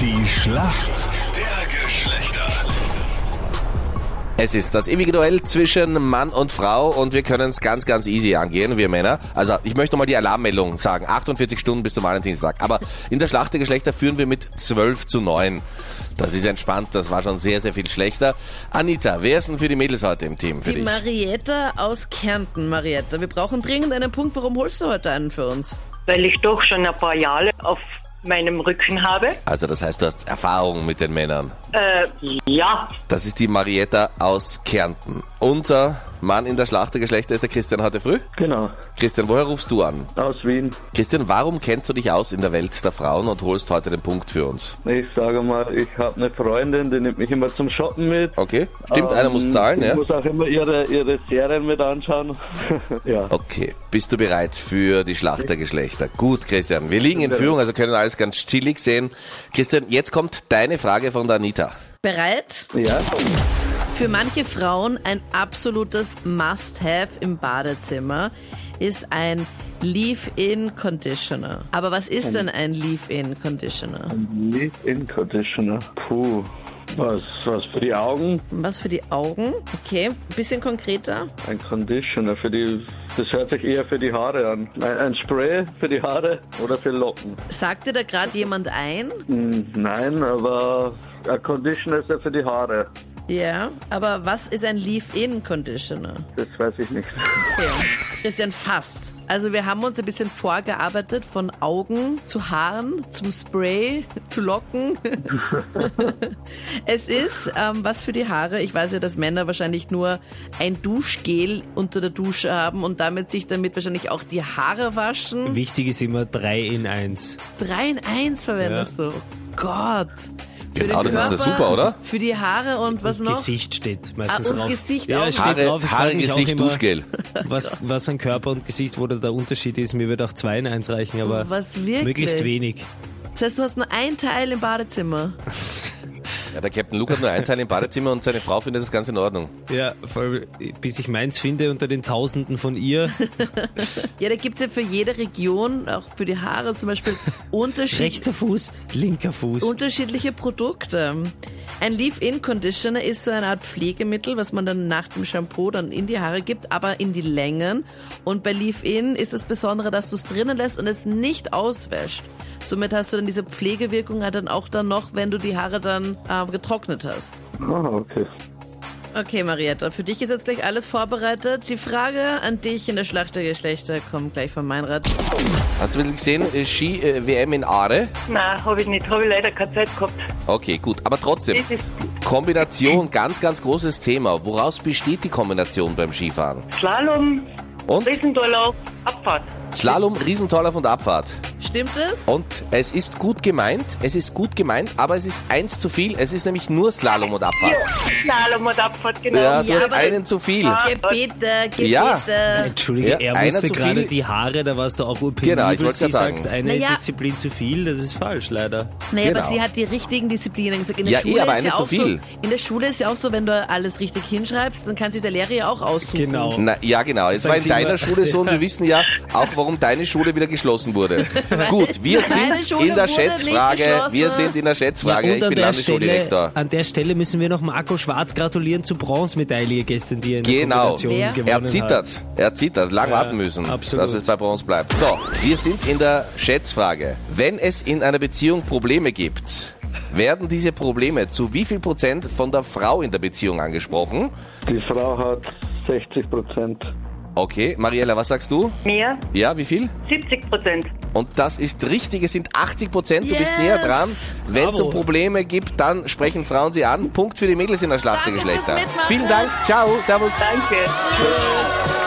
Die Schlacht der Geschlechter. Es ist das ewige Duell zwischen Mann und Frau und wir können es ganz, ganz easy angehen, wir Männer. Also ich möchte nochmal die Alarmmeldung sagen. 48 Stunden bis zum Valentinstag. Aber in der Schlacht der Geschlechter führen wir mit 12 zu 9. Das ist entspannt, das war schon sehr, sehr viel schlechter. Anita, wer ist denn für die Mädels heute im Team? Für Die dich? Marietta aus Kärnten, Marietta. Wir brauchen dringend einen Punkt. Warum holst du heute einen für uns? weil ich doch schon ein paar Jahre auf meinem Rücken habe. Also das heißt, du hast Erfahrung mit den Männern. Äh, ja, Das ist die Marietta aus Kärnten. Unser Mann in der Schlacht der Geschlechter ist der Christian heute früh. Genau, Christian, woher rufst du an? aus Wien. Christian, warum kennst du dich aus in der Welt der Frauen und holst heute den Punkt für uns? Ich sage mal, ich habe eine Freundin, die nimmt mich immer zum Shoppen mit. Okay? Stimmt, einer Ähm, muss zahlen, ich ja? muss auch immer ihre, ihre Serien mit anschauen. ja. Okay, bist du bereit für die Schlacht der Geschlechter? Gut, Christian, wir liegen in Führung, also können alles ganz chillig sehen. Christian, jetzt kommt deine Frage von der Anita. Bereit? ja. Für manche Frauen ein absolutes Must-Have im Badezimmer ist ein Leave-In Conditioner. Aber was ist denn ein Leave-In Conditioner? Leave-in Conditioner. Puh. Was, was für die Augen? Was für die Augen? Okay, bisschen konkreter. Ein Conditioner für die. Das hört sich eher für die Haare an. Ein, ein Spray für die Haare oder für Locken? Sagt dir da gerade jemand ein? Hm, nein, aber ein Conditioner ist ja für die Haare. Ja, aber was ist ein Leave-In Conditioner? Das weiß ich nicht. Okay. Christian, fast. Also wir haben uns ein bisschen vorgearbeitet von Augen zu Haaren, zum Spray, zu Locken. es ist ähm, was für die Haare. Ich weiß ja, dass Männer wahrscheinlich nur ein Duschgel unter der Dusche haben und damit sich damit wahrscheinlich auch die Haare waschen. Wichtig ist immer 3 in 1. 3 in 1 verwendest du. Oh Gott. Für Genau, den das ist ja Körper, super, oder? Für die Haare und was noch? Gesicht steht meistens Ah, und drauf. Gesicht ja, auch. es steht Haare- drauf. Ich frag Haare, mich auch Gesicht, immer, Duschgel. Was, was an Körper und Gesicht, wo da der Unterschied ist. Mir wird auch 2 in 1 reichen, aber Was wirklich? möglichst wenig. Das heißt, du hast nur ein Teil im Badezimmer. Ja, der Captain Luke hat nur einen Teil im Badezimmer und seine Frau findet das ganz in Ordnung. Ja, vor allem, bis ich meins finde unter den Tausenden von ihr. Ja, da gibt's ja für jede Region, auch für die Haare zum Beispiel, unterschied Rechter Fuß, linker Fuß. äh, unterschiedliche Produkte. Ein Leave-In-Conditioner ist so eine Art Pflegemittel, was man dann nach dem Shampoo dann in die Haare gibt, aber in die Längen. Und bei Leave-In ist das Besondere, dass du es drinnen lässt und es nicht auswäscht. Somit hast du dann diese Pflegewirkung halt dann auch dann noch, wenn du die Haare dann äh, getrocknet hast. Ah, okay. Okay, Marietta, für dich ist jetzt gleich alles vorbereitet. Die Frage an dich in der Schlacht der Geschlechter kommt gleich von Meinrad. Hast du ein bisschen gesehen, äh, Ski-WM in Aare? nein, habe ich nicht, habe ich leider keine Zeit gehabt. Okay, gut, aber trotzdem, Das ist Kombination, ganz, ganz großes Thema. Woraus besteht die Kombination beim Skifahren? Slalom, Und Riesendurlauf, Abfahrt. Slalom, Riesentorlauf und Abfahrt. Stimmt es? Und es ist gut gemeint, es ist gut gemeint, aber es ist eins zu viel. Es ist nämlich nur Slalom und Ja, Abfahrt. Slalom und Abfahrt, genau. Ja, du Ja, hast aber- einen zu viel. Ah. Gebete, Gebete. Ja. Entschuldige, Ja, er einer musste zu gerade viel. die Haare, da warst du auch urpenibel. Genau, ich wollte Sie gerade sagen. sagt eine Naja. Disziplin zu viel, das ist falsch, leider. Naja, Genau. aber sie hat die richtigen Disziplinen gesagt. In der Ja, eh, Schule aber ist eine ja zu auch viel. so. In der Schule ist ja auch so, wenn du alles richtig hinschreibst, dann kann sich der Lehrer ja auch aussuchen. Genau. Na, ja, genau. Es Sagen war in Sie immer- deiner Schule so und wir wissen ja auch, warum deine Schule wieder geschlossen wurde. Gut, wir Meine sind Schule in der wurde Schätzfrage. nicht Wir geschlossen. sind in der Schätzfrage. Ja, und ich bin an der Stelle, Landesschuldirektor. an der Stelle müssen wir noch Marco Schwarz gratulieren zur Bronzemedaille gestern, die er in Genau. der Kombination Wer? gewonnen Er hat. zittert, er zittert, lang warten müssen, absolut. dass es bei uns bleibt. So, wir sind in der Schätzfrage. Wenn es in einer Beziehung Probleme gibt, werden diese Probleme zu wie viel Prozent von der Frau in der Beziehung angesprochen? Die Frau hat 60 Prozent. Okay, Mariella, was sagst du? Mehr, Ja, wie viel? 70 Prozent. Und das ist richtig, es sind 80 Prozent, du bist Yes! näher dran. Wenn es Bravo. um Probleme gibt, dann sprechen Frauen sie an. Punkt für die Mädels in der Schlacht der Danke fürs Geschlechter. Mitmachen. Vielen Dank, ciao, servus. Danke. Tschüss.